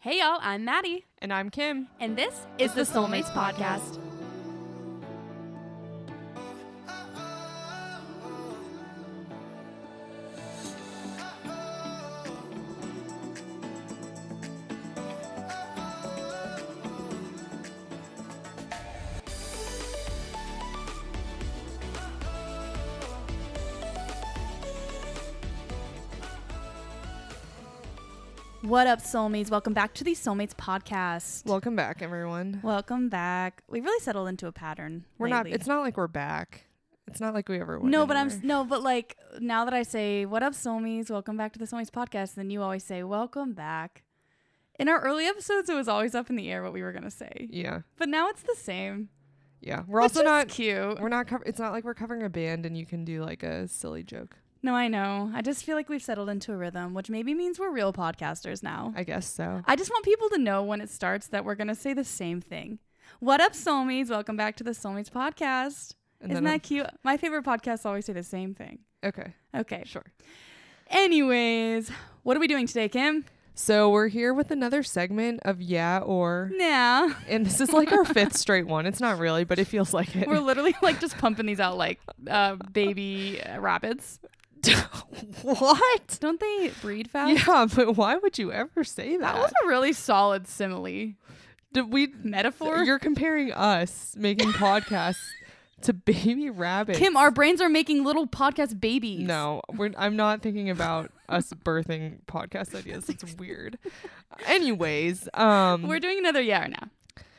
Hey y'all, I'm Maddie, And I'm Kim. and this is the Soulmates Podcast. What up, Soulmates? Welcome back to the Soulmates Podcast. Welcome back, everyone. Welcome back. We really settled into a pattern. we're not, lately. it's not like we're back. It's not like we ever went. no, but I'm anywhere. no, but like now that I say "What up, Soulmates? Welcome back to the Soulmates Podcast," then you always say "Welcome back." In our early episodes, it was always up in the air what we were gonna say, Yeah. but now it's the same. Yeah. We're which also is not, cute. we're not, cover- it's not like we're covering a band and you can do like a silly joke. No, I know. I just feel like we've settled into a rhythm, which maybe means we're real podcasters now. I guess so. I just want people to know when it starts that we're gonna say the same thing. What up, Soulmates? Welcome back to the Soulmates Podcast. And Isn't then that cute? My favorite podcasts always say the same thing. I'm- okay. Okay. Sure. Anyways, what are we doing today, Kim? So we're here with another segment of Yeah or. Nah. And this is like our fifth straight one. It's not really, but it feels like it. We're literally like just pumping these out like uh, baby uh, rabbits. what? Don't they breed fast? Yeah, but why would you ever say that? That was a really solid simile Did we metaphor. You're comparing us making podcasts to baby rabbits. Kim, our brains are making little podcast babies. no, we're, I'm not thinking about us birthing podcast ideas. It's weird. Anyways, um, We're doing another yeah or nah.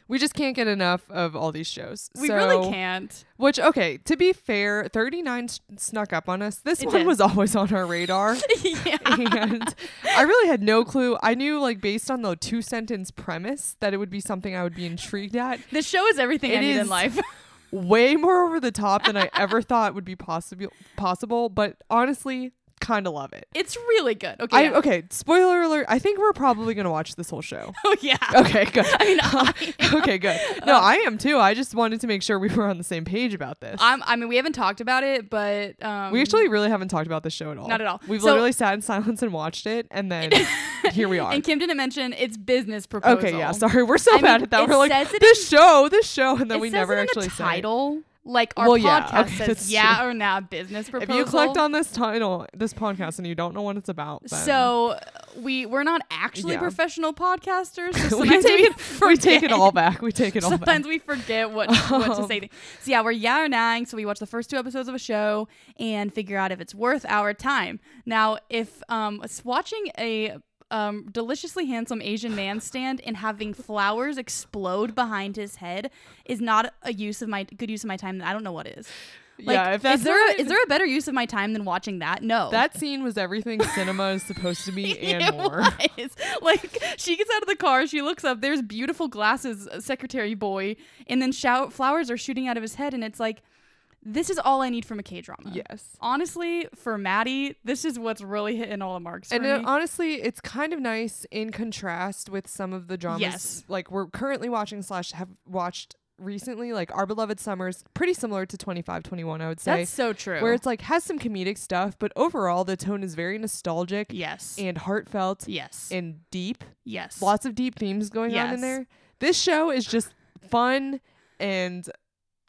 we just can't get enough of all these shows. We So- really can't. Which, okay, to be fair, 39 s- snuck up on us. This It one did. was always on our radar. yeah. and I really had no clue. I knew, like, based on the two sentence premise, that it would be something I would be intrigued at. This show is everything I It need in is. life. way more over the top than I ever thought would be possible possible, but honestly, kind of love it. It's really good. Okay. I yeah. okay, spoiler alert, I think we're probably going to watch this whole show. Oh yeah. Okay, good. I mean, Um, I- okay, good. No, I am too. I just wanted to make sure we were on the same page about this. I'm, I mean, we haven't talked about it, but um, we actually really haven't talked about this show at all. Not at all. We've So- literally sat in silence and watched it, and then here we are. And Kim didn't mention it's business proposal. Okay, yeah. Sorry, we're so I mean, bad at it that. We're like says it this show, this show, and then it we says never it in actually the said it. title. Like our Well, podcast yeah, okay, says, that's yeah true. or nah, business proposal. If you clicked on this title, this podcast, and you don't know what it's about, then so we we're not actually Yeah. professional podcasters. So we sometimes take we, it. We take it all back. We take it all back. sometimes we forget what what to Um, say. So yeah, we're yeah or nahing. So we watch the first two episodes of a show and figure out if it's worth our time. Now, if um s- watching a um, deliciously handsome Asian man stand and having flowers explode behind his head is not a use of my good use of my time. then I don't know what is. Like, yeah. If that's is there a, not- is there a better use of my time than watching that? No. that scene was everything cinema is supposed to be and It more. was. Like she gets out of the car, she looks up. There's beautiful glasses, uh, secretary boy, and then shout flowers are shooting out of his head, and it's like, this is all I need from a K drama. Yes. Honestly, for Maddie, this is what's really hitting all the marks. For And me. it, honestly, it's kind of nice in contrast with some of the dramas Yes. like we're currently watching slash have watched recently. Like Our Beloved Summers, pretty similar to 2521, I would say. That's so true. where it's like has some comedic stuff, but overall the tone is very nostalgic yes, and heartfelt yes, and deep. yes. lots of deep themes going on Yes. in there. This show is just fun and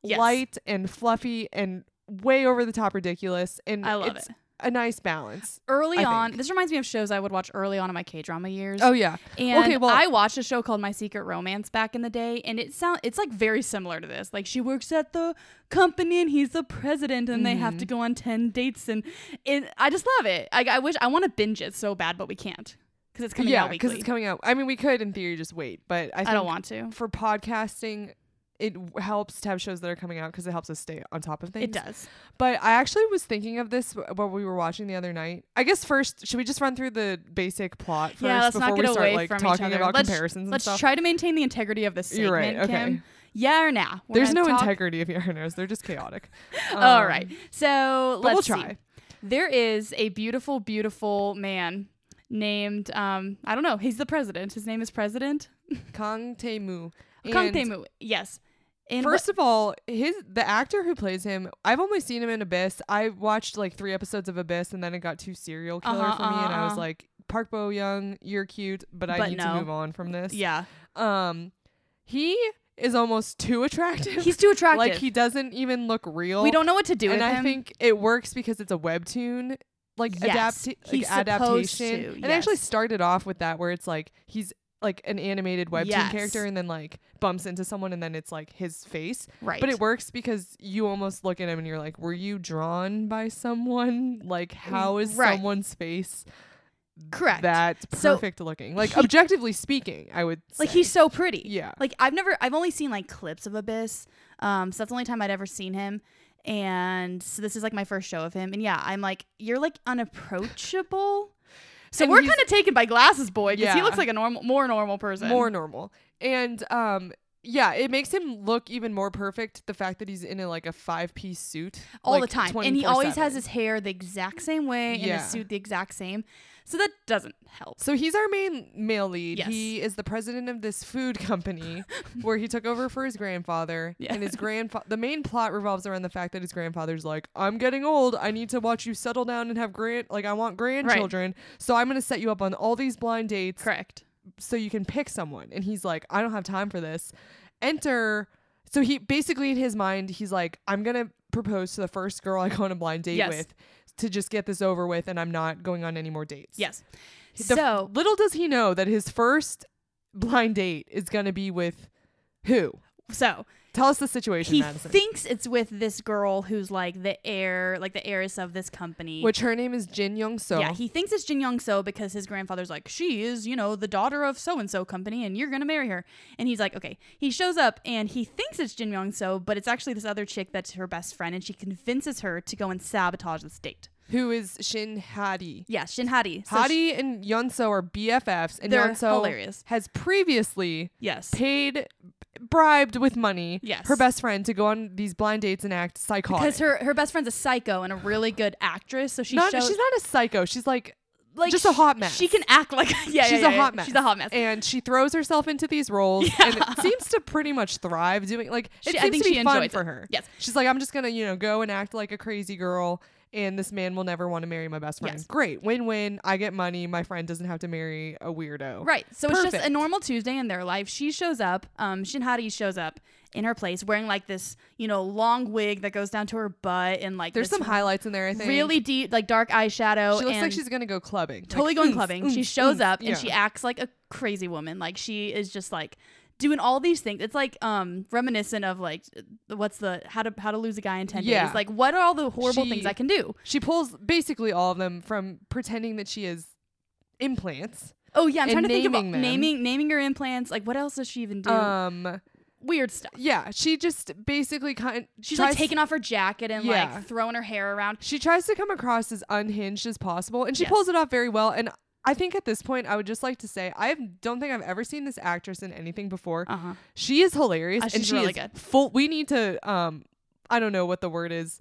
Yes. light and fluffy and way over the top ridiculous and I love it's it. a nice balance. Early I on, think. this reminds me of shows I would watch early on in my K drama years. Oh yeah. And Okay, well- I watched a show called My Secret Romance back in the day, and it sound it's like very similar to this. Like she works at the company, and he's the president, and they have to Mm-hmm. go on ten dates, and it, I just love it. I, I wish I want to binge it so bad, but we can't because it's coming yeah, out weekly. it's coming out. I mean, we could in theory just wait, but I, think I don't want to. for podcasting it w- helps to have shows that are coming out because it helps us stay on top of things. It does. But I actually was thinking of this w- while we were watching the other night. I guess first, should we just run through the basic plot first yeah, let's before not get we start away like from talking each other. about let's comparisons let's and stuff? try to maintain the integrity of this segment, You're right, okay. Kim. Yeah or nah? We're There's no gonna talk- integrity of Yarinos. They're just chaotic. All Um, right. So But let's we'll see. try. There is a beautiful, beautiful man named um I don't know. He's the president. His name is President Kang Tae Mu. Kang And Tae-mu. Yes. And First of all, his the actor who plays him, I've only seen him in Abyss. I watched like three episodes of Abyss and then it got too serial killer Uh-huh, for me and I uh-huh. was like, Park Bo Young, you're cute, but I But need no. to move on from this. Yeah. Um, he is almost too attractive. He's too attractive. like he doesn't even look real. we don't know what to do with and I him. think it works because it's a webtoon like Yes, adapt like he's supposed adaptation. to, And it actually yes. started off with that where it's like he's like an animated webtoon Yes. character and then like bumps into someone and then it's like his face. right. But it works because you almost look at him and you're like, were you drawn by someone? Like how is Right. someone's face Correct. that So perfect looking? Like he- objectively speaking, I would like say. he's so pretty. Yeah. Like I've never I've only seen like clips of Abyss. Um so that's the only time I'd ever seen him. And so this is like my first show of him. And yeah, I'm like, you're like unapproachable. So And we're he's- kind of taken by glasses boy because he Yeah. looks like a normal more normal person. more normal and um yeah it makes him look even more perfect the fact that he's in a, like a five piece suit all like, the time. And he always 24/7. has his hair the exact same way and Yeah. his suit the exact same. So that doesn't help. so he's our main male lead Yes. he is the president of this food company where he took over for his grandfather Yeah. and his grandfather the main plot revolves around the fact that his grandfather's like i'm getting old i need to watch you settle down and have grand like i want grandchildren so i'm going to set you up on all these blind dates Correct. so you can pick someone and he's like i don't have time for this enter so he basically in his mind he's like i'm gonna propose to the first girl i go on a blind date Yes. with to just get this over with and i'm not going on any more dates Yes. The- so little does he know that his first blind date is gonna be with who so tell us the situation he madison thinks it's with this girl who's like the heir, like the heiress of this company. which her name is jin young so Yeah, he thinks it's Jin Young So because his grandfather's like, she is, you know, the daughter of so and so company, and you're gonna marry her. And he's like, okay. He shows up and he thinks it's Jin Young So, but it's actually this other chick that's her best friend, and she convinces her to go and sabotage this date. who is shin hadi Yeah, Shin Hadi. So she- hadi and yunso are bffs and They're yunso hilarious. has previously yes. paid bribed with money Yes. her best friend to go on these blind dates and act psychotic Because her, her best friend's a psycho and a really good actress, so she not, shows she's not a psycho she's like like just a hot mess. She can act like yeah, yeah, she's yeah, a yeah. hot mess She's a hot mess. and she throws herself into these roles and it seems to pretty much thrive doing like it She- I seems think to be she fun enjoys for it. her Yes. she's like i'm just gonna you know go and act like a crazy girl and this man will never want to marry my best friend Yes. great win-win i get money my friend doesn't have to marry a weirdo Right. So it's just a Perfect. normal Tuesday in their life. She shows up, um, Shin Hadi shows up in her place wearing like this, you know, long wig that goes down to her butt and like there's this some highlights in there i think really deep like dark eyeshadow. she looks and like she's gonna go clubbing totally Like, going oomph, clubbing. she oomph, shows oomph. up and Yeah. she acts like a crazy woman. Like she is just like doing all these things. It's like um reminiscent of like what's the how to how to lose a guy in ten Yeah. days. Like what are all the horrible She- things I can do? She pulls basically all of them from pretending that she is implants. Oh yeah, I'm and trying to think of all- naming them. naming naming her implants. Like what else does she even do? Um, Weird stuff. yeah, she just basically kind She's tries, like taking off her jacket and Yeah. like throwing her hair around. She tries to come across as unhinged as possible, and she Yes. pulls it off very well. And I think at this point, I would just like to say I don't think I've ever seen this actress in anything before. Uh huh. She is hilarious, Uh, and she's she really is good. full. We need to um, I don't know what the word is.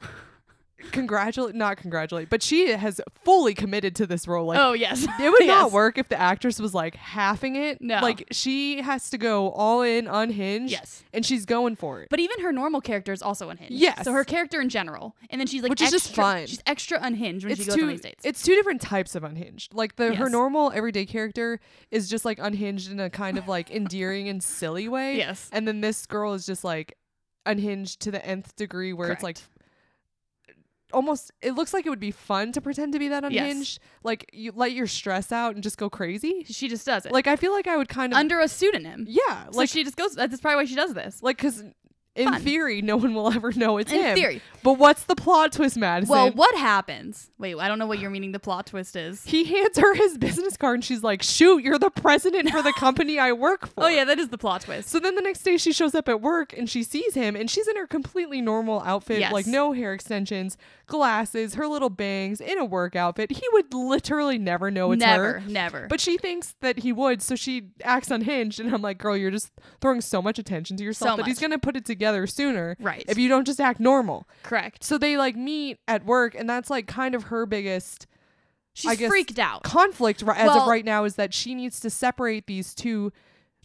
Congratulate, not congratulate, but she has fully committed to this role. Like oh yes, It would Yes. not work if the actress was like halving it. No. Like she has to go all in unhinged. Yes. And she's going for it. But even her normal character is also unhinged. Yes. So her character in general, and then she's like, Which is just extra- fun. She's extra unhinged when it's she goes two on these dates. it's two different types of unhinged. Like the her Yes. normal everyday character is just like unhinged in a kind of like endearing and silly way. Yes. And then this girl is just like unhinged to the nth degree where it's like Correct. almost it looks like it would be fun to pretend to be that Yes. unhinged. Like you let your stress out and just go crazy. she just does it Like I feel like I would kind of under a pseudonym. yeah, So like she just goes. That's probably why she does this. Like, because in Fun. theory, no one will ever know it's In him. theory. But what's the plot twist, Madison? Well, what happens? Wait, I don't know what you're meaning. The plot twist is. he hands her his business card and she's like, shoot, you're the president for the company I work for. Oh yeah, that is the plot twist. So then the next day she shows up at work and she sees him and she's in her completely normal outfit, Yes. like no hair extensions, glasses, her little bangs, in a work outfit. He would literally never know it's never, her. never. But she thinks that he would, so she acts unhinged. And I'm like, girl, you're just throwing so much attention to yourself So that he's much. going to put it together sooner Right. if you don't just act normal. correct. So they like meet at work, and that's like kind of her biggest She's I guess- freaked out. conflict ri- as Well- of right now is that she needs to separate these two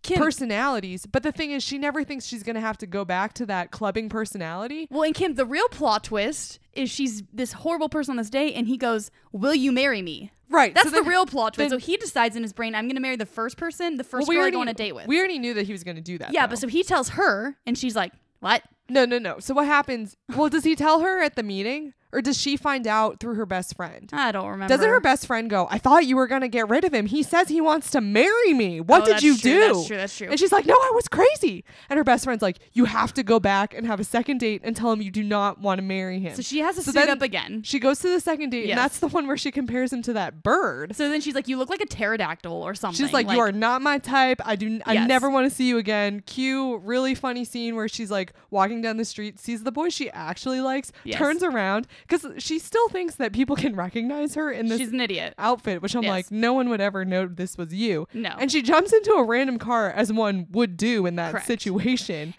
Kim. personalities. But the thing is, she never thinks she's gonna have to go back to that clubbing personality. well, and Kim, the real plot twist is she's this horrible person on this date, and he goes, "Will you marry me?" Right. That's so the then- real plot twist. then- so he decides in his brain, "I'm going to marry the first person, the well, first girl I go on a date with." We already knew that he was gonna do that. yeah, though. but so he tells her, and she's like, "What?" no, no, no. So what happens? Well, does he tell her at the meeting, or does she find out through her best friend? I don't remember. Doesn't her best friend go, I thought you were going to get rid of him. He says he wants to marry me. What Oh, did that's you true, do? That's true. That's true. And she's like, No, I was crazy. And her best friend's like, You have to go back and have a second date and tell him you do not want to marry him. so she has to So suit then- up again. She goes to the second date, Yes. and that's the one where she compares him to that bird. So then she's like, "You look like a pterodactyl or something." She's like, "You are not my type. I do. n- I Yes. never want to see you again." Cue really funny scene where she's like walking down the street, sees the boy she actually likes, Yes. turns around because she still thinks that people can recognize her in this She's an idiot. outfit, which I'm Yes. like, no one would ever know this was you. No. And she jumps into a random car as one would do in that Correct. situation.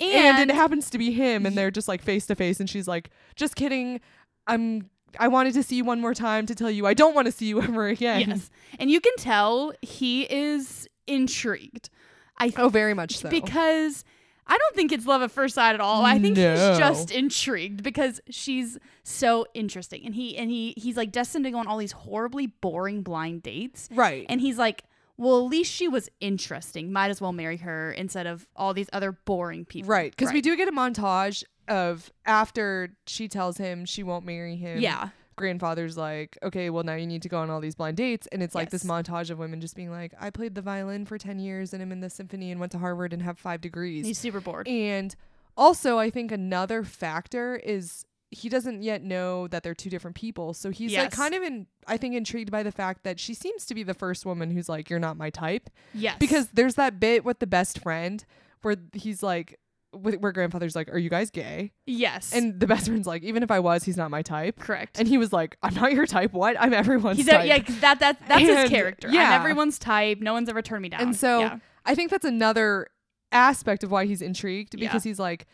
And, And, it happens to be him and they're just like face to face and she's like, just kidding. I'm I wanted to see you one more time to tell you I don't want to see you ever again. yes, and you can tell he is intrigued. I Oh, very much so. because I don't think it's love at first sight at all. I think No. he's just intrigued because she's so interesting, and he and he he's like destined to go on all these horribly boring blind dates, right. and he's like, well, at least she was interesting. Might as well marry her instead of all these other boring people. right. Because we do get a montage of after she tells him she won't marry him. Yeah. grandfather's like, okay, well, now you need to go on all these blind dates. And it's like this Yes. montage of women just being like, I played the violin for 10 years and I'm in the symphony and went to Harvard and have five degrees. He's super bored. and also, I think another factor is he doesn't yet know that they're two different people. So he's like Yes. kind of in, I think, intrigued by the fact that she seems to be the first woman who's like, you're not my type. Yes. Because there's that bit with the best friend where he's like, wh- where grandfather's like, are you guys gay? yes. And the best friend's like, even if I was, he's not my type. correct. And he was like, "I'm not your type. What? I'm everyone's He's a, type." yeah, 'cause that that that's And- his character. yeah. I'm everyone's type. No one's ever turned me down. and so Yeah. I think that's another aspect of why he's intrigued Yeah. because he's like,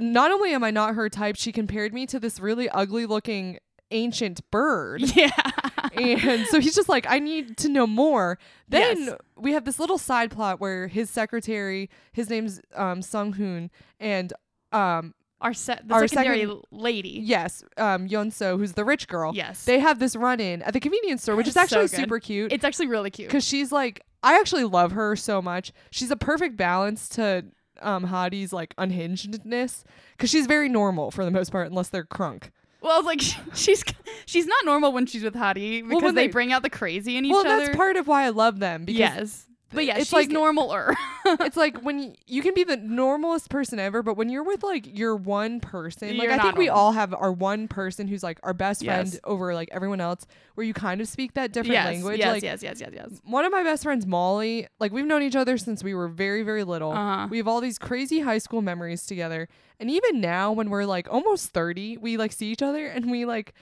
not only am I not her type, she compared me to this really ugly-looking ancient bird. yeah. and so he's just like, I need to know more. Then Yes. we have this little side plot where his secretary, his name's um, Sung Hoon, and um, Our set the Our secondary second- l- lady. yes, um, Yeon So, who's the rich girl. Yes. They have this run-in at the convenience store, which is So actually good. super cute. It's actually really cute. because she's like I actually love her so much. She's a perfect balance to um Hottie's like unhingedness because she's very normal for the most part unless they're crunk. Well, it's like she- she's she's not normal when she's with Hottie because when they, they- bring out the crazy in each well, other. that's part of why I love them because yes. But yeah, it's she's like- normaler. it's like when you, you can be the normalest person ever, but when you're with like your one person, like You're I not think we normal. all have our one person who's like our best Yes. friend over like everyone else, where you kind of speak that different yes, language. yes, like yes, yes, yes, yes. one of my best friends, Molly, like we've known each other since we were very, very little. Uh-huh. We have all these crazy high school memories together. And even now when we're like almost 30, we like see each other and we like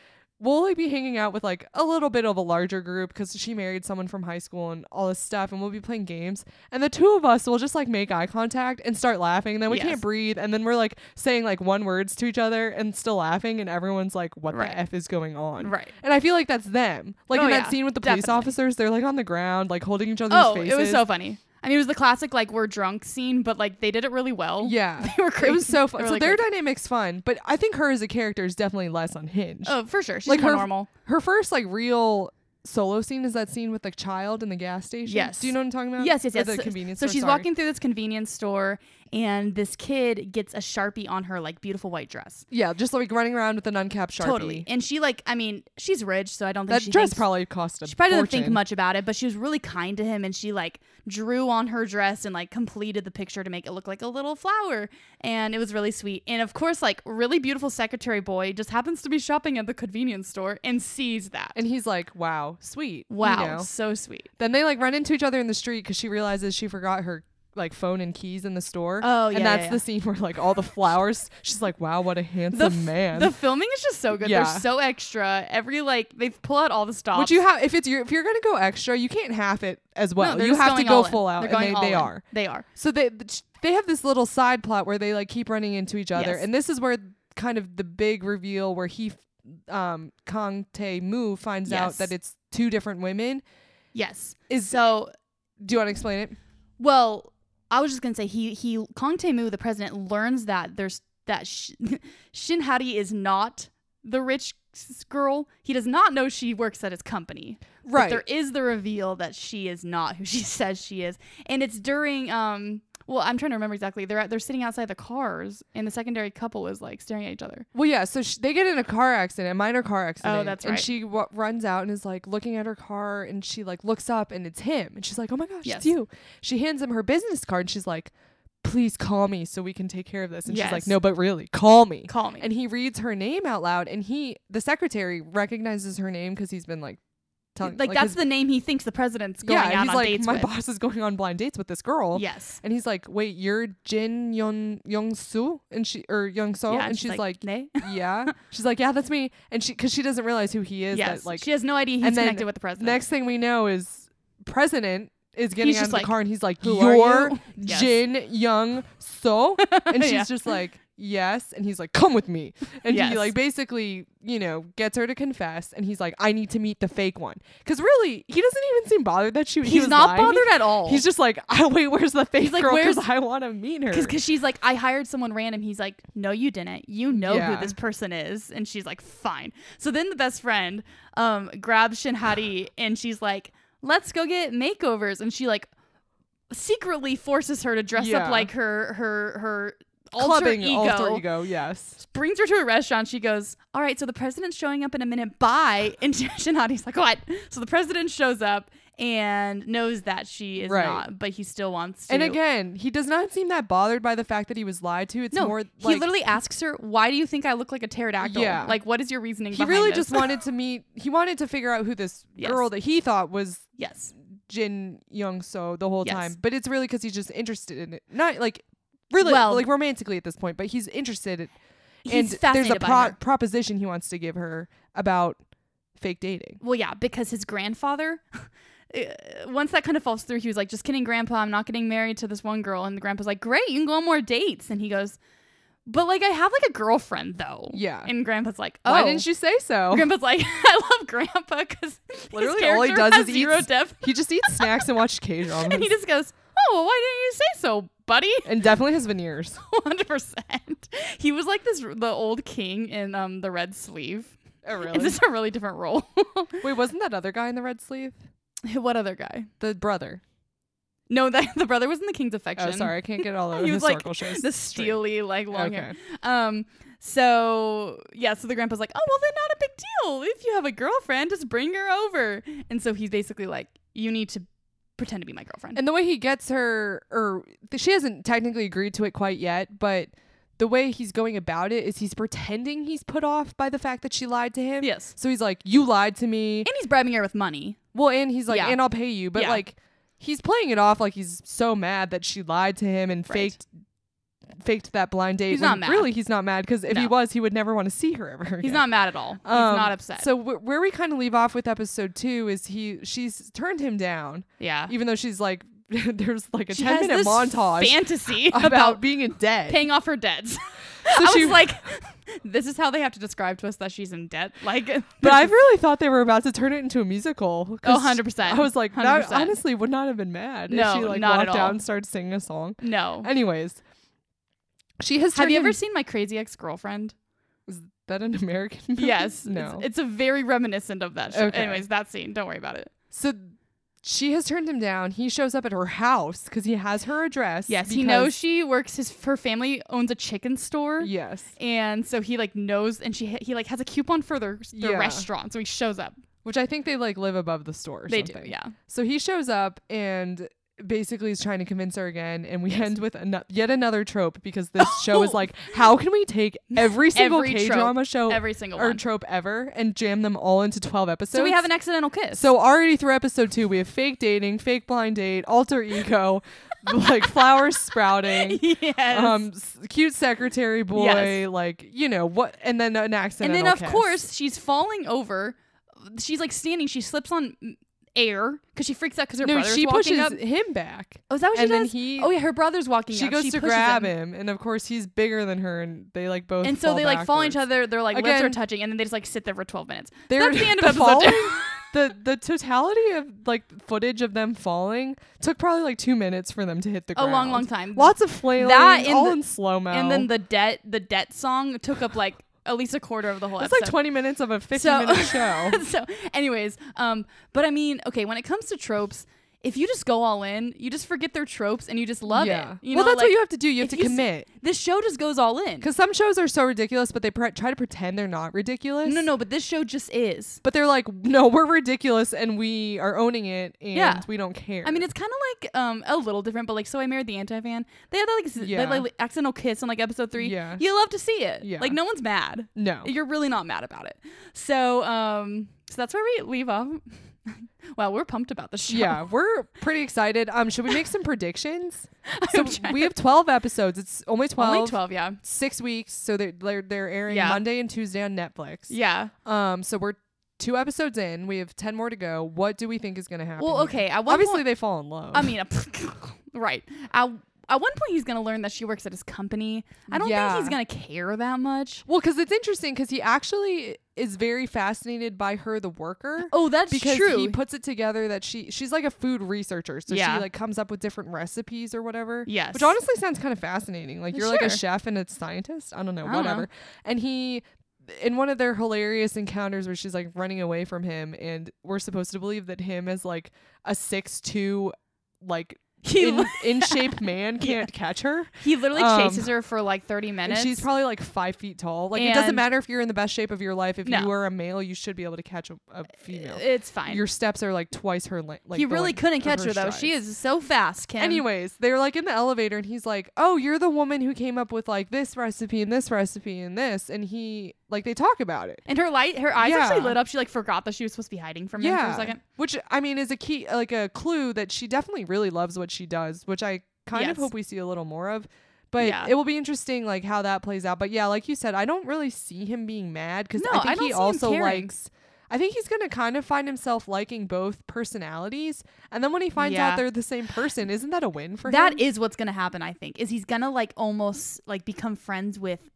we'll like be hanging out with like a little bit of a larger group because she married someone from high school and all this stuff and we'll be playing games and the two of us will just like make eye contact and start laughing and then we Yes. can't breathe and then we're like saying like one words to each other and still laughing and everyone's like what Right. the f is going on Right. and I feel like that's them. Like Oh, in that yeah, scene with the police definitely. officers, they're like on the ground, like holding each other's Oh, faces. it was so funny. I mean, it was the classic like we're drunk scene, but like they did it really well. Yeah. They were crazy. It was so fun. They were, so like, their crazy. dynamic's fun, but I think her as a character is definitely less unhinged. Oh, for sure. She's Like, more her- normal. Her first like real solo scene is that scene with the child in the gas station. Yes. Do you know what I'm talking about? Yes, yes, Or yes. The So- convenience so store, she's sorry. walking through this convenience store, and this kid gets a sharpie on her like beautiful white dress. Yeah, just like running around with an uncapped sharpie. Totally. And she like, I mean, she's rich, so I don't think That she dress thinks, probably cost a she probably doesn't fortune. think much about it. But she was really kind to him, and she like drew on her dress and like completed the picture to make it look like a little flower, and it was really sweet. And of course, like really beautiful secretary boy just happens to be shopping at the convenience store and sees that. And he's like, "Wow, sweet." you wow, know? so sweet. Then they like run into each other in the street because she realizes she forgot her like phone and keys in the store. Oh, yeah, and that's yeah, the yeah. scene where like all the flowers. She's like, "Wow, what a handsome The, f- man." the filming is just so good. Yeah. They're so extra. Every like they pull out all the stops. Would you have if it's your if you're gonna go extra, you can't half it as well. they're you just have to going go all in. full out, They're and going they, all they in. are. They are. So they they have this little side plot where they like keep running into each other, Yes. and this is where kind of the big reveal where he, um, Kang Tae Mu finds out Yes. that it's two different women. Yes. Is So do you want to explain it? Well, I was just gonna say he he Kong Tae-mu, the president, learns that there's that Sh- Shin Hadi is not the rich s- girl. He does not know she works at his company. But Right. there is the reveal that she is not who she says she is, and it's during um. Well, I'm trying to remember exactly. They're they're sitting outside the cars, and the secondary couple is like staring at each other. Well, yeah. So sh they get in a car accident, a minor car accident. Oh, that's And right. she w- runs out and is like looking at her car, and she like looks up, and it's him. And she's like, "Oh my gosh, Yes. it's you!" She hands him her business card, and she's like, "Please call me so we can take care of this." And she's like, Yes. "No, but really, call me." Call me. And he reads her name out loud, and he, the secretary, recognizes her name because he's been like telling, like, that's his- the name he thinks the president's going yeah. out he's on like, dates "My with. boss is going on blind dates with this girl." Yes. And he's like, "Wait, you're Jin Young Young Soo," and she or Young So, yeah, and she's like nay. yeah she's like yeah that's me and she because she doesn't realize who he is yes. that, like she has no idea he's and then connected with the president. next thing we know is president is getting He's out just of like, the car and he's like "Who are you're you?" Yes. jin young so and she's Yeah. just like yes and he's like come with me and Yes. he like basically you know gets her to confess and he's like i need to meet the fake one because really he doesn't even seem bothered that she he he's was not lying. bothered at all. he's just like I, wait where's the fake like, girl "Where's-" 'Cause i want to meet her because she's like, I hired someone random. He's like, No, you didn't. You know Yeah. who this person is. And she's like, Fine. So then the best friend um grabs Shin Hadi and she's like, Let's go get makeovers. And she like secretly forces her to dress Yeah. up like her her her alter clubbing ego, alter ego yes brings her to a restaurant. She goes, All right, so the president's showing up in a minute. Bye. And Shin Hadi's like, What? So the president shows up and knows that she is Right. not, but he still wants to. And again, he does not seem that bothered by the fact that he was lied to. It's no, more like he literally asks her, "Why do you think I look like a pterodactyl? Yeah. Like, what is your reasoning?" he behind really this?" just wanted to meet. He wanted to figure out who this Yes. girl that he thought was yes, Jin Young So the whole Yes. time. But it's really because he's just interested in it, not like really Well- like romantically at this point. But he's interested, in, he's and there's fascinated a by pro- her. proposition he wants to give her about fake dating. Well, yeah, because his grandfather. uh, Once that kind of falls through, he was like, "Just kidding, Grandpa. I'm not getting married to this one girl." And the grandpa's like, "Great, you can go on more dates." And he goes, "But like, I have like a girlfriend though." Yeah. And Grandpa's like, "Oh, Why didn't you say so? Grandpa's like, "I love Grandpa because Literally, all he does has is eat zero s- depth." he just eats snacks and watches K dramas, And and, he just goes, "Oh, well, why didn't you say so, buddy?" definitely has veneers. Hundred percent. He was like this the old king in um the red sleeve. Oh Is this a really different role? Wait, wasn't that other guy in the red sleeve what other guy? the brother? No, that the brother was in the King's Affection. Oh, sorry, I can't get all the He was like historical shows. the straight. steely like long hair. Okay. Um. So yeah, so the grandpa's like, oh well, then not a big deal. If you have a girlfriend, just bring her over. And so he's basically like, you need to pretend to be my girlfriend. And the way he gets her, or th- she hasn't technically agreed to it quite yet, but the way he's going about it is he's pretending he's put off by the fact that she lied to him. Yes. So he's like, "You lied to me." and he's bribing her with money. Well, and he's like, Yeah. "And I'll pay you," but Yeah. like, he's playing it off like he's so mad that she lied to him and Right. faked. Faked that blind date. He's when not mad. Really, he's not mad because if he No. was, he would never want to see her ever. He's again. not mad at all. Um, he's not upset. So wh- where we kind of leave off with episode two is he she's turned him down, yeah. even though she's like there's like a Uh. She ten has minute this montage fantasy about, about being in debt. paying off her debts. So I she- was like, this is how they have to describe to us that she's in debt. Like, but I really thought they were about to turn it into a musical. Oh, 'cause 100%, I was like, that 100%. honestly would not have been mad No, if she like not at walked out all. and started singing a song. no. Anyways, she has. Have turned you him- ever seen My Crazy Ex Girlfriend? Is that an American? Movie? Yes. No. It's, it's a very reminiscent of that show. Okay. Anyways, that scene. Don't worry about it. so she has turned him down. He shows up at her house because he has her address. Yes. He because- knows she works, his her family owns a chicken store. Yes. And so he like knows, and she he like has a coupon for their, their Yeah. restaurant, so he shows up. Which I think they like live above the store. Or They do, something. yeah. So he shows up and basically is trying to convince her again, and we end with ano- yet another trope because this show is Oh. like, how can we take every single Every K trope. drama show Every single or one. trope ever and jam them all into twelve episodes? so we have an accidental kiss. So already through episode two, we have fake dating, fake blind date, alter ego, like flowers sprouting. yes. Um, s- cute secretary boy, Yes. like you know what, and then an accidental. and then of kiss. course she's falling over she's like standing she slips on air because she freaks out because her no, brother's she walking pushes up him back. oh is that what she and then does he- oh yeah her brother's walking she up. goes to pushes grab him. and of course he's bigger than her, and they like both. and so fall they like fall on each backwards. other they're like lips are Again- touching and then they just like sit there for 12 minutes They're- that's the end of episode falling, two the the totality of like footage of them falling took probably like two minutes for them to hit the a ground. long, long time. Lots of flailing, That and all the- in slow mo. and then the debt, the debt song took up like at least a quarter of the whole it's episode. like twenty minutes of a fifty So- minute show. so anyways um but i mean okay when it comes to tropes if you just go all in you just forget their tropes and you just love yeah. it you well, know that's like, what you have to do. You have if to you s- commit. this show just goes all in Because some shows are so ridiculous, but they pre- try to pretend they're not ridiculous. no no but this show just is But they're like, no, we're ridiculous and we are owning it and Yeah. we don't care. I mean, it's kind of like um a little different, but like, so I married the anti-fan. They had that like, z- Yeah. that, like accidental kiss on like episode three. Yeah. you love to see it. Yeah. like no one's mad. no. You're really not mad about it. So um, so that's where we leave off. wow, we're pumped about the show. Yeah, we're pretty excited. Um, should we make some predictions? So trying we have twelve episodes. It's only twelve. only twelve. Yeah, Six weeks. So they're they're, they're airing Yeah. Monday and Tuesday on Netflix. yeah. Um, so we're two episodes in. We have ten more to go. What do we think is gonna happen? Well, here? okay. At one Obviously, point, Um, they fall in love. I mean, right. At, at one point, he's gonna learn that she works at his company. I don't Yeah. think he's gonna care that much. well, because it's interesting because he actually is very fascinated by her, the worker. Oh, that's because true. he puts it together that she she's like a food researcher so Yeah. she like comes up with different recipes or whatever Yes. which honestly sounds kind of fascinating like Uh, you're like a sure. chef and a scientist i don't know I don't whatever know. and he in one of their hilarious encounters where she's like running away from him and we're supposed to believe that him as like a six two like He in, li- in shape man can't catch her he literally Um, chases her for like thirty and minutes. she's probably like five feet tall like it doesn't And- matter if you're in the best shape of your life if No. you are a male you should be able to catch a, a female it's fine. your steps are like twice her length. Like he the really length couldn't of catch her, though. She strides. is so fast, Kim. Anyways, they're like in the elevator, and he's like, "Oh, you're the woman who came up with like this recipe and this recipe and this," and he like they talk about it. and her light, her eyes actually Yeah. lit up. She like forgot that she was supposed to be hiding from him for a second. which I mean is a key, like a clue that she definitely really loves what she does, which I kind of Yes. hope we see a little more of. But Yeah. it will be interesting, like how that plays out. But yeah, like you said, I don't really see him being mad because No, I I think don't he see him also caring. likes. I think he's gonna kind of find himself liking both personalities, and then when he finds out Yeah. they're the same person, isn't that a win for him? That is what's gonna happen. I think is he's gonna like almost like become friends with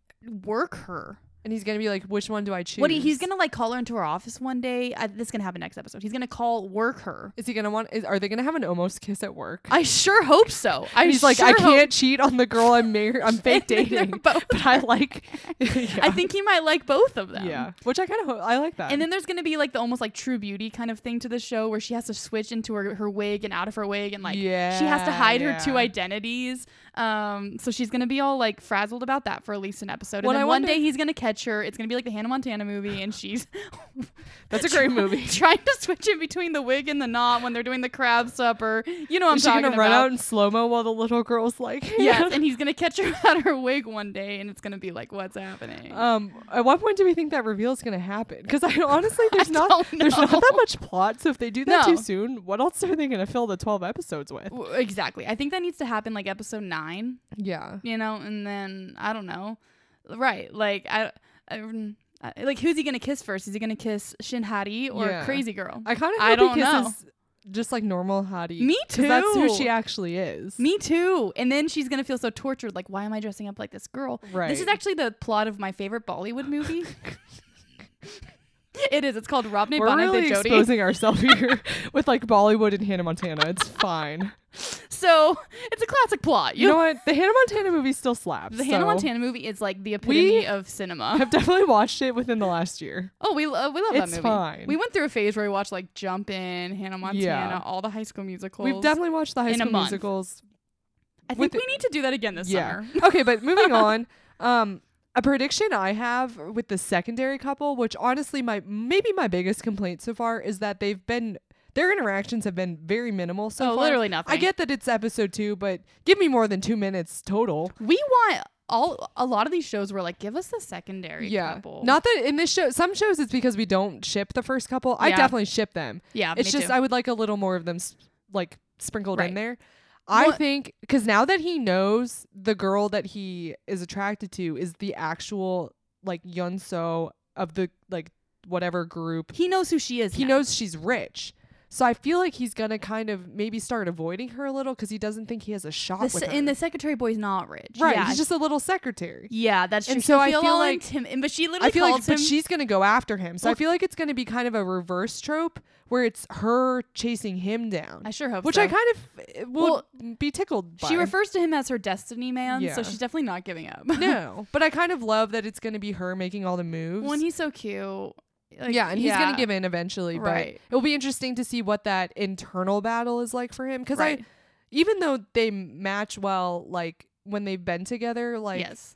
work her. and he's gonna be like, which one do I choose? What he, he's gonna like call her into her office one day. I, this is gonna happen next episode. He's gonna call work her. Is he gonna want? Is, are they gonna have an almost kiss at work? I sure hope so. I And he's like, I sure hope- can't cheat on the girl I'm married. I'm fake They're dating, both- but I like. yeah. I think he might like both of them. Yeah, which I kind of hope. I like that. And then there's gonna be like the almost like true beauty kind of thing to the show where she has to switch into her, her wig and out of her wig and like she has to Yeah, hide yeah. her two identities. Um, so she's gonna be all like frazzled about that for at least an episode. And What then I one wonder- day he's gonna catch her. It's gonna be like the Hannah Montana movie, and she's that's a great movie. trying to switch in between the wig and the knot when they're doing the crab supper. You know what I'm Is she talking gonna about. run out in slow mo while the little girl's like? yes, and he's gonna catch her out of her wig one day, and it's gonna be like, what's happening? Um, at what point do we think that reveal is gonna happen? Because I honestly, there's not don't there's not know. that much plot. So if they do that No. too soon, what else are they gonna fill the twelve episodes with? W- exactly. I think that needs to happen like episode nine. Yeah, you know and then i don't know right like i, I mm, I- like who's he gonna kiss first? Is he gonna kiss Shin Hattie or Yeah. Crazy Girl? I kind of I hope don't he know. kisses just like normal Hottie. Me 'cause That's who too. she actually is. Me too. And then she's gonna feel so tortured. Like, why am I dressing up like this girl? This is Right. actually the plot of my favorite Bollywood movie. it is. It's called Rob Ne We're Bana really Jodi. exposing ourselves here with like Bollywood and Hannah Montana. It's fine. So it's a classic plot. You know what? The Hannah Montana movie still slaps. the Hannah so Montana movie is like the epitome of cinema. I've definitely watched it within the last year. Oh, we lo- we love that It's movie. fine. We went through a phase where we watched like Jump In, Hannah Montana, all the High School Musicals. We've definitely watched the High In a School month. Musicals. I with think we need to do that again this summer. okay, but moving on. Um, a prediction I have with the secondary couple, which honestly my maybe my biggest complaint so far is that they've been their interactions have been very minimal so Oh, far. literally I nothing. get that it's episode two, but give me more than two minutes total. We want all a lot of these shows were like, give us the secondary couple. Not that in this show, some shows it's because we don't ship the first couple. I Yeah. definitely ship them. Yeah, It's me just too. I would like a little more of them s- like sprinkled in Right. there. I Well- think because now that he knows the girl that he is attracted to is the actual like Yunso of the like whatever group, he knows who she is. he now. knows she's rich. So I feel like he's gonna kind of maybe start avoiding her a little because he doesn't think he has a shot The, with se- her. and the secretary boy's not rich. right, Yeah. he's just a little secretary. yeah, that's true. And She so I feel all like- intim- but she literally I feel like, calls but him. she's gonna go after him. So I Well- feel like it's gonna be kind of a reverse trope where it's her chasing him down, I sure hope which so. I kind of will be tickled. By. She refers to him as her destiny man, Yeah. so she's definitely not giving up. no, but I kind of love that it's gonna be her making all the moves. when he's so cute. Like, yeah, and he's gonna give in eventually, Right. but it'll be interesting to see what that internal battle is like for him. Because I, Right. even though they match well, like when they've been together, like yes,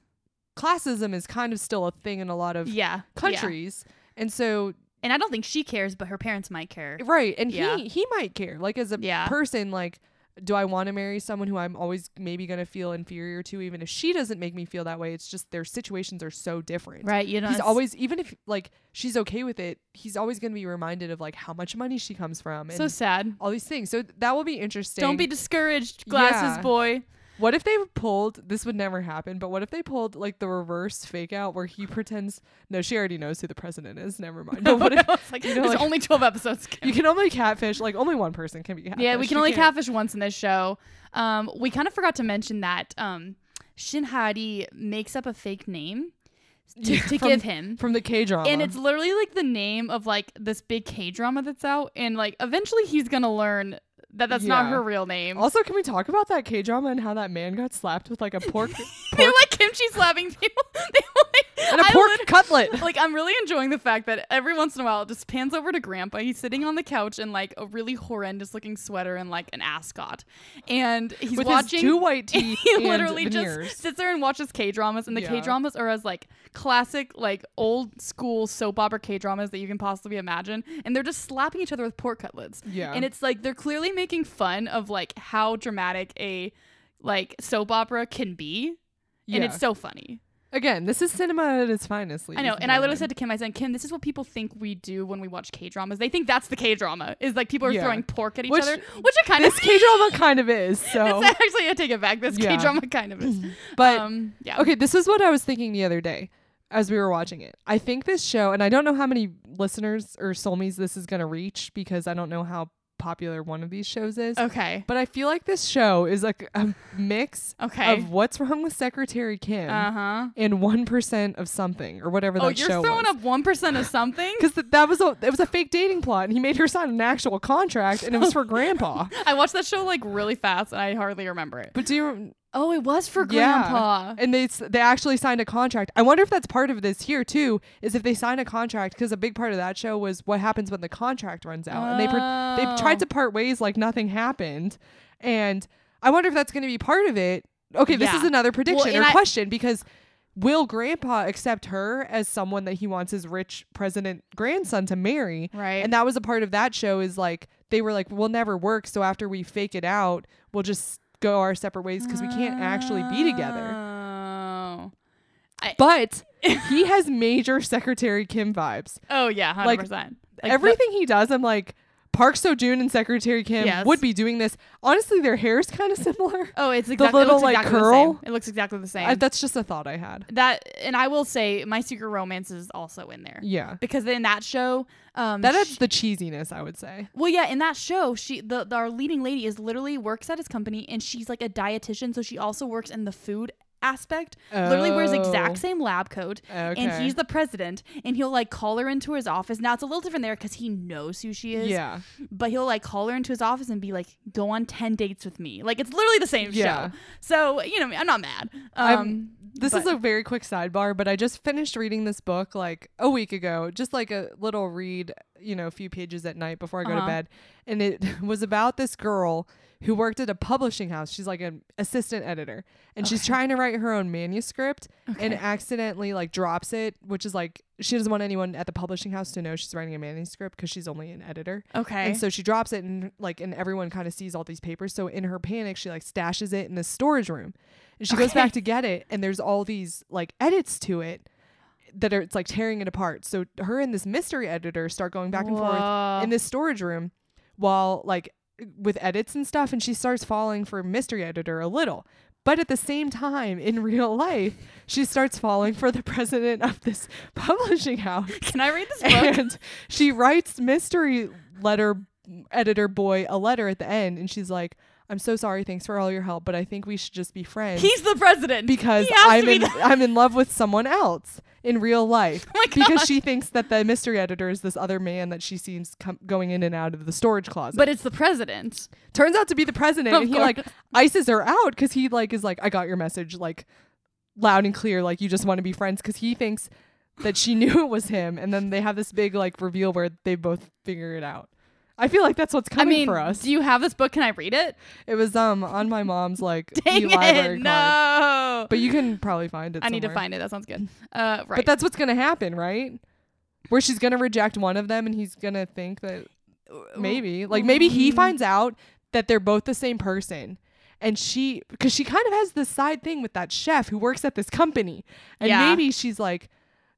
classism is kind of still a thing in a lot of yeah, yeah. countries, and so And I don't think she cares, but her parents might care. right, and Yeah. he he might care, like as a Yeah. person, like. Do I want to marry someone who I'm always maybe going to feel inferior to, even if she doesn't make me feel that way? It's just their situations are so different. Right? You know, he's always even if like she's okay with it he's always going to be reminded of like how much money she comes from and so sad. all these things so th- that will be interesting Don't be discouraged, glasses Yeah. boy. what if they pulled this would never happen but what if they pulled like the reverse fake out where he pretends no she already knows who the president is never mind but what if It's like, you know, there's like- only twelve episodes. you can only catfish like only one person can be catfish Yeah, we can You only can't- catfish once in this show. Um, we kind of forgot to mention that um, Shin Hadi makes up a fake name to, Yeah, to from- give him. from the K drama And it's literally like the name of like this big K drama that's out, and like eventually he's gonna learn that that's not Yeah. her real name. also can we talk about that K drama and how that man got slapped with like a pork they pork like kimchi slapping people. they like, and a I pork lit- cutlet like I'm really enjoying the fact that every once in a while it just pans over to Grandpa. He's sitting on the couch in like a really horrendous looking sweater and like an ascot, and he's with watching his two white teeth he and literally veneers. just sits there and watches K dramas, and the Yeah. K dramas are as like classic, like old school soap opera K dramas that you can possibly imagine, and they're just slapping each other with pork cutlets. Yeah. and it's like they're clearly making fun of like how dramatic a like soap opera can be, and Yeah. it's so funny. Again, this is cinema at its finest. Ladies I know, and I literally said to Kim, I said, Kim, this is what people think we do when we watch K dramas. They think that's the K drama is like people are Yeah. throwing pork at each Which- other, which it kind of. this K drama kind of is. That's So, actually, I take it back. This Yeah. K drama kind of is. but um, yeah. okay, this is what I was thinking the other day as we were watching it. I think this show, and I don't know how many listeners or soulmates this is going to reach because I don't know how popular one of these shows is. Okay. But I feel like this show is like a mix Okay. of what's wrong with Secretary Kim Uh huh. and one percent of something or whatever Oh, that you're show throwing was. up one percent of something. Because th- that was a it was a fake dating plot, and he made her sign an actual contract, and it was for Grandpa. I watched that show like really fast, and I hardly remember it. But do you Oh, it was for Yeah. Grandpa. and they s- they actually signed a contract. I wonder if that's part of this here too. Is if they sign a contract because a big part of that show was what happens when the contract runs out, and they per- Oh. they've tried to part ways like nothing happened, and I wonder if that's going to be part of it. Okay, this is Yeah. another prediction and or I- question because will Grandpa accept her as someone that he wants his rich president grandson to marry? Right. and that was a part of that show is like they were like we'll never work so after we fake it out we'll just go our separate ways because we can't actually be Ah. together Oh. but he has major secretary kim vibes Oh yeah, hundred Like, percent. everything he does i'm like park sojun and secretary kim Yes. would be doing this honestly their hair is kind of similar oh, it's exactly little, it looks like, exactly The curl. same. It looks exactly the same. I, that's just a thought i had that and I will say, my secret romance is also in there yeah because in that show, um, that sh- adds the cheesiness i would say Well, yeah, in that show, she the, the our leading lady is literally works at his company, and she's like a dietitian, so she also works in the food aspect. Literally wears the Oh. exact same lab coat, Okay. and he's the president, and he'll like call her into his office. Now it's a little different there because he knows who she is. yeah But he'll like call her into his office and be like, "Go on ten dates with me." Like it's literally the same Yeah. show. So you know, I'm not mad. I'm- Um, this is but- a very quick sidebar, but I just finished reading this book like a week ago, just like a little read, you know, a few pages at night before I go to Uh-huh. bed. And it was about this girl who worked at a publishing house. She's like an assistant editor, and she's trying to write her own manuscript and accidentally like drops it, which is like she doesn't want anyone at the publishing house to know she's writing a manuscript because she's only an editor. okay. And so she drops it and like and everyone kind of sees all these papers. So in her panic, she like stashes it in the storage room. And she goes back to get it and there's all these like edits to it that are it's like tearing it apart. So her and this mystery editor start going back and Whoa. forth in this storage room while like with edits and stuff and she starts falling for mystery editor a little. But at the same time in real life, she starts falling for the president of this publishing house Can I read this book? and she writes mystery letter editor boy a letter at the end, and she's like, "I'm so sorry. Thanks for all your help, but I think we should just be friends." He's the president because He has to I'm be in the- I'm in love with someone else in real life. Oh my because God. she thinks that the mystery editor is this other man that she sees com- going in and out of the storage closet. but it's the president. turns out to be the president, Of and he course. like ices her out because he like is like, I got your message, like loud and clear, like you just want to be friends because he thinks that she knew it was him, and then they have this big like reveal where they both figure it out. I feel like that's what's I coming mean, for us. do you have this book? Can I read it? it was um on my mom's like Dang e-library it! card. No. But you can probably find it. I need to somewhere. find it. That sounds good. Uh, right. But that's what's gonna happen, right? Where she's gonna reject one of them, and he's gonna think that Uh, maybe, like maybe mm-hmm. he finds out that they're both the same person, and she, because she kind of has this side thing with that chef who works at this company, and Yeah. maybe she's like,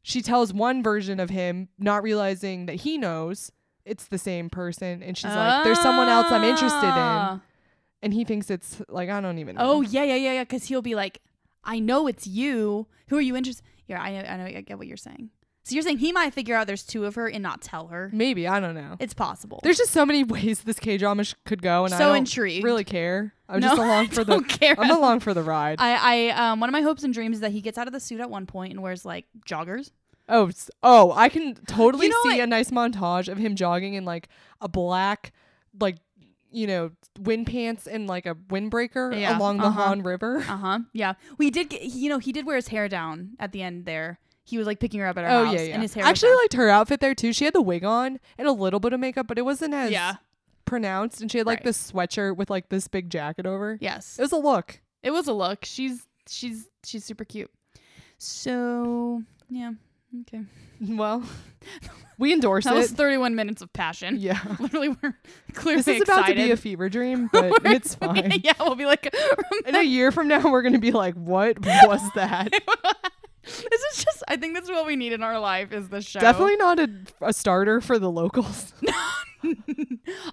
she tells one version of him, not realizing that he knows it's the same person, and she's like, there's someone else I'm interested in, Ah. and he thinks it's like I don't even. know. Oh yeah, yeah, yeah, yeah. Because he'll be like, I know it's you. Who are you interested? Yeah, I know. I know. I get what you're saying. So you're saying he might figure out there's two of her and not tell her. maybe I don't know. It's possible. There's just so many ways this K drama sh- could go, and I So don't intrigued. Really care. I'm No, just I along for the. don't care. I'm along for the ride. I, I, um, one of my hopes and dreams is that he gets out of the suit at one point and wears like joggers. oh, s- oh, I can totally You know see what- a nice montage of him jogging in like a black, like you know, wind pants and like a windbreaker Yeah, along the uh-huh. Han River. Uh huh. Yeah. We did. Get, he- you know, he did wear his hair down at the end there. He was like picking her up at her Oh house, yeah, yeah. and his hair. was Actually, down. liked her outfit there too. She had the wig on and a little bit of makeup, but it wasn't as yeah. pronounced. And she had like Right. this sweatshirt with like this big jacket over. Yes. It was a look. It was a look. She's she's she's super cute. So yeah. Okay. Well, we endorse That it. was 31 minutes of passion. yeah. Literally, we're clearly This is about excited. to be a fever dream, but it's fine. yeah, we'll be like, In a year from now, we're gonna be like, "What was that?" this is just. I think this is what we need in our life is the show. Definitely not a, a starter for the locals.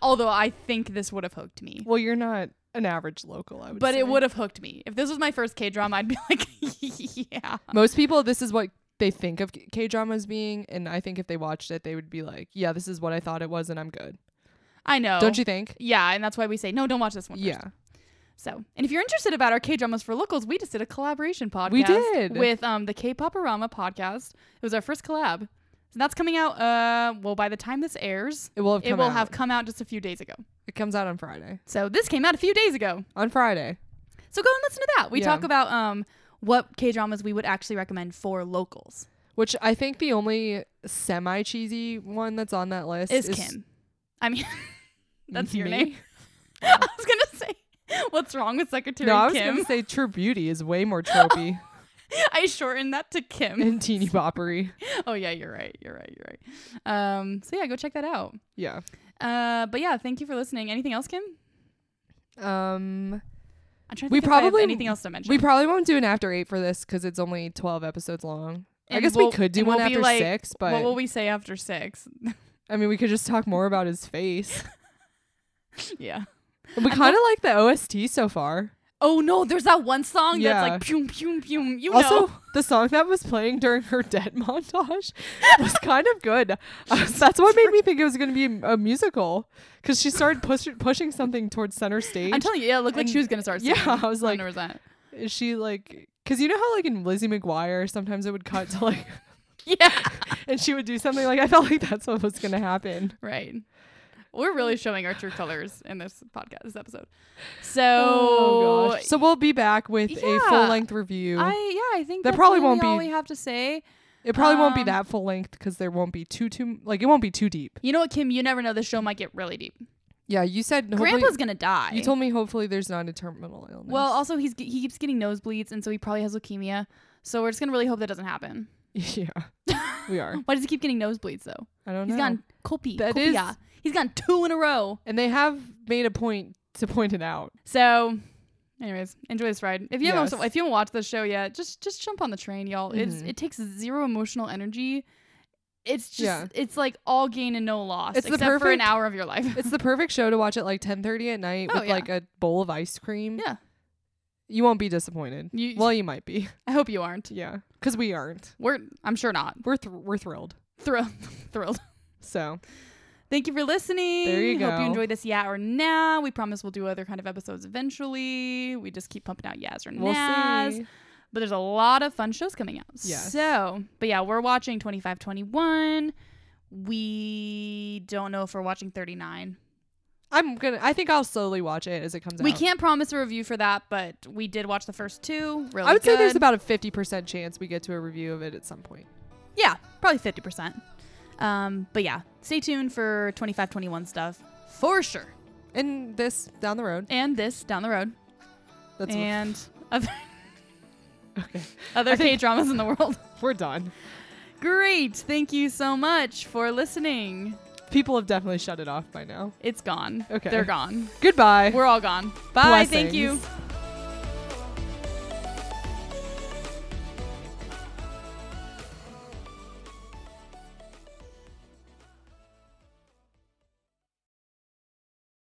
Although I think this would have hooked me. well, you're not an average local, I would. But say. it would have hooked me. If this was my first K drama, I'd be like, yeah. Most people, this is what they think of K dramas being, and I think if they watched it, they would be like, "Yeah, this is what I thought it was, and I'm good." I know. Don't you think? Yeah, and that's why we say, no, don't watch this one. first. Yeah. So, and if you're interested about our K dramas for locals, we just did a collaboration podcast. We did. with um the K Poporama podcast. It was our first collab, and that's coming out. Uh, well, by the time this airs, It will have. it come will out. have come out just a few days ago. It comes out on Friday. So this came out a few days ago. On Friday. So go and listen to that. We Yeah. talk about um what K dramas we would actually recommend for locals Which I think the only semi cheesy one that's on that list is, is, Kim. I mean, that's your me? name. I was gonna say, what's wrong with Secretary No, I was Kim? gonna say True Beauty is way more tropey I shortened that to Kim. and teeny boppery. oh yeah, you're right. You're right. You're right. Um, so yeah, go check that out. Yeah. Uh, but yeah, thank you for listening. Anything else, Kim? Um, I'm trying to We think if I have probably- anything else to mention. we probably won't do an after eight for this because it's only twelve episodes long. I And guess we'll- we could do and one we'll be after like, six, but what will we say after six? I mean, we could just talk more about his face. yeah. we kind of like the OST so far. Oh no, there's that one song that's Yeah. like pum pum pum. You also, know. the song that was playing during her dead montage was kind of good. I was- that's what made me think it was going to be a musical because she started push- pushing something towards center stage. I'm telling you, yeah, it looked like she And- was gonna start. yeah, Singing, I was like, 100%. Is she like? Because you know how like in Lizzie McGuire sometimes it would cut to like, yeah, and she would do something like I felt like that's what was gonna happen. right. We're really showing our true colors in this podcast, this episode. Oh, So, So we'll be back with a Yeah. full length review. I yeah, I think That that's probably literally won't all be- we have to say. it probably won't be um, that full length because there won't be too too like it won't be too deep. You know what, Kim? You never know. The show might get really deep. Yeah, you said Grandpa's gonna die. you told me hopefully there's not a terminal illness. Well, also he's he keeps getting nosebleeds, and so he probably has leukemia. So we're just gonna really hope that doesn't happen. yeah, we are. Why does he keep getting nosebleeds though? I don't He's know. gotten copi, That copia. is- He's gotten two in a row. and they have made a point to point it out. So, anyways, enjoy this ride. If you haven't Yes. if you haven't watched this show yet, just just jump on the train, y'all. It's Mhm. it takes zero emotional energy. It's just Yeah. it's like all gain and no loss, It's the except for an perfect- hour of your life. It's the perfect show to watch at like 10:30 at night Oh, with yeah. like a bowl of ice cream. Yeah. You won't be disappointed. You- well, you might be. I hope you aren't. Yeah, because we aren't. We're I'm sure not. We're thr we're thrilled. Thrilled, thrilled. So Thank you for listening. There you Hope go. you enjoyed this yeah or nah. We promise we'll do other kind of episodes eventually. We just keep pumping out yes or We'll nahs. see. But there's a lot of fun shows coming out. Yes. So, but yeah, we're watching 2521. We don't know if we're watching 39. I'm gonna. I think I'll slowly watch it as it comes We out. can't promise a review for that, but we did watch the first two. Really I would say good. there's about a 50% chance we get to a review of it at some point. yeah, probably 50%. Um, but yeah, stay tuned for 2521 stuff for sure. And this down the road. And this down the road. That's and other, okay. other K dramas in the world. We're done. Great. Thank you so much for listening. People have definitely shut it off by now. It's gone. Okay. They're gone. Goodbye. We're all gone. Bye. Thank you. Blessings.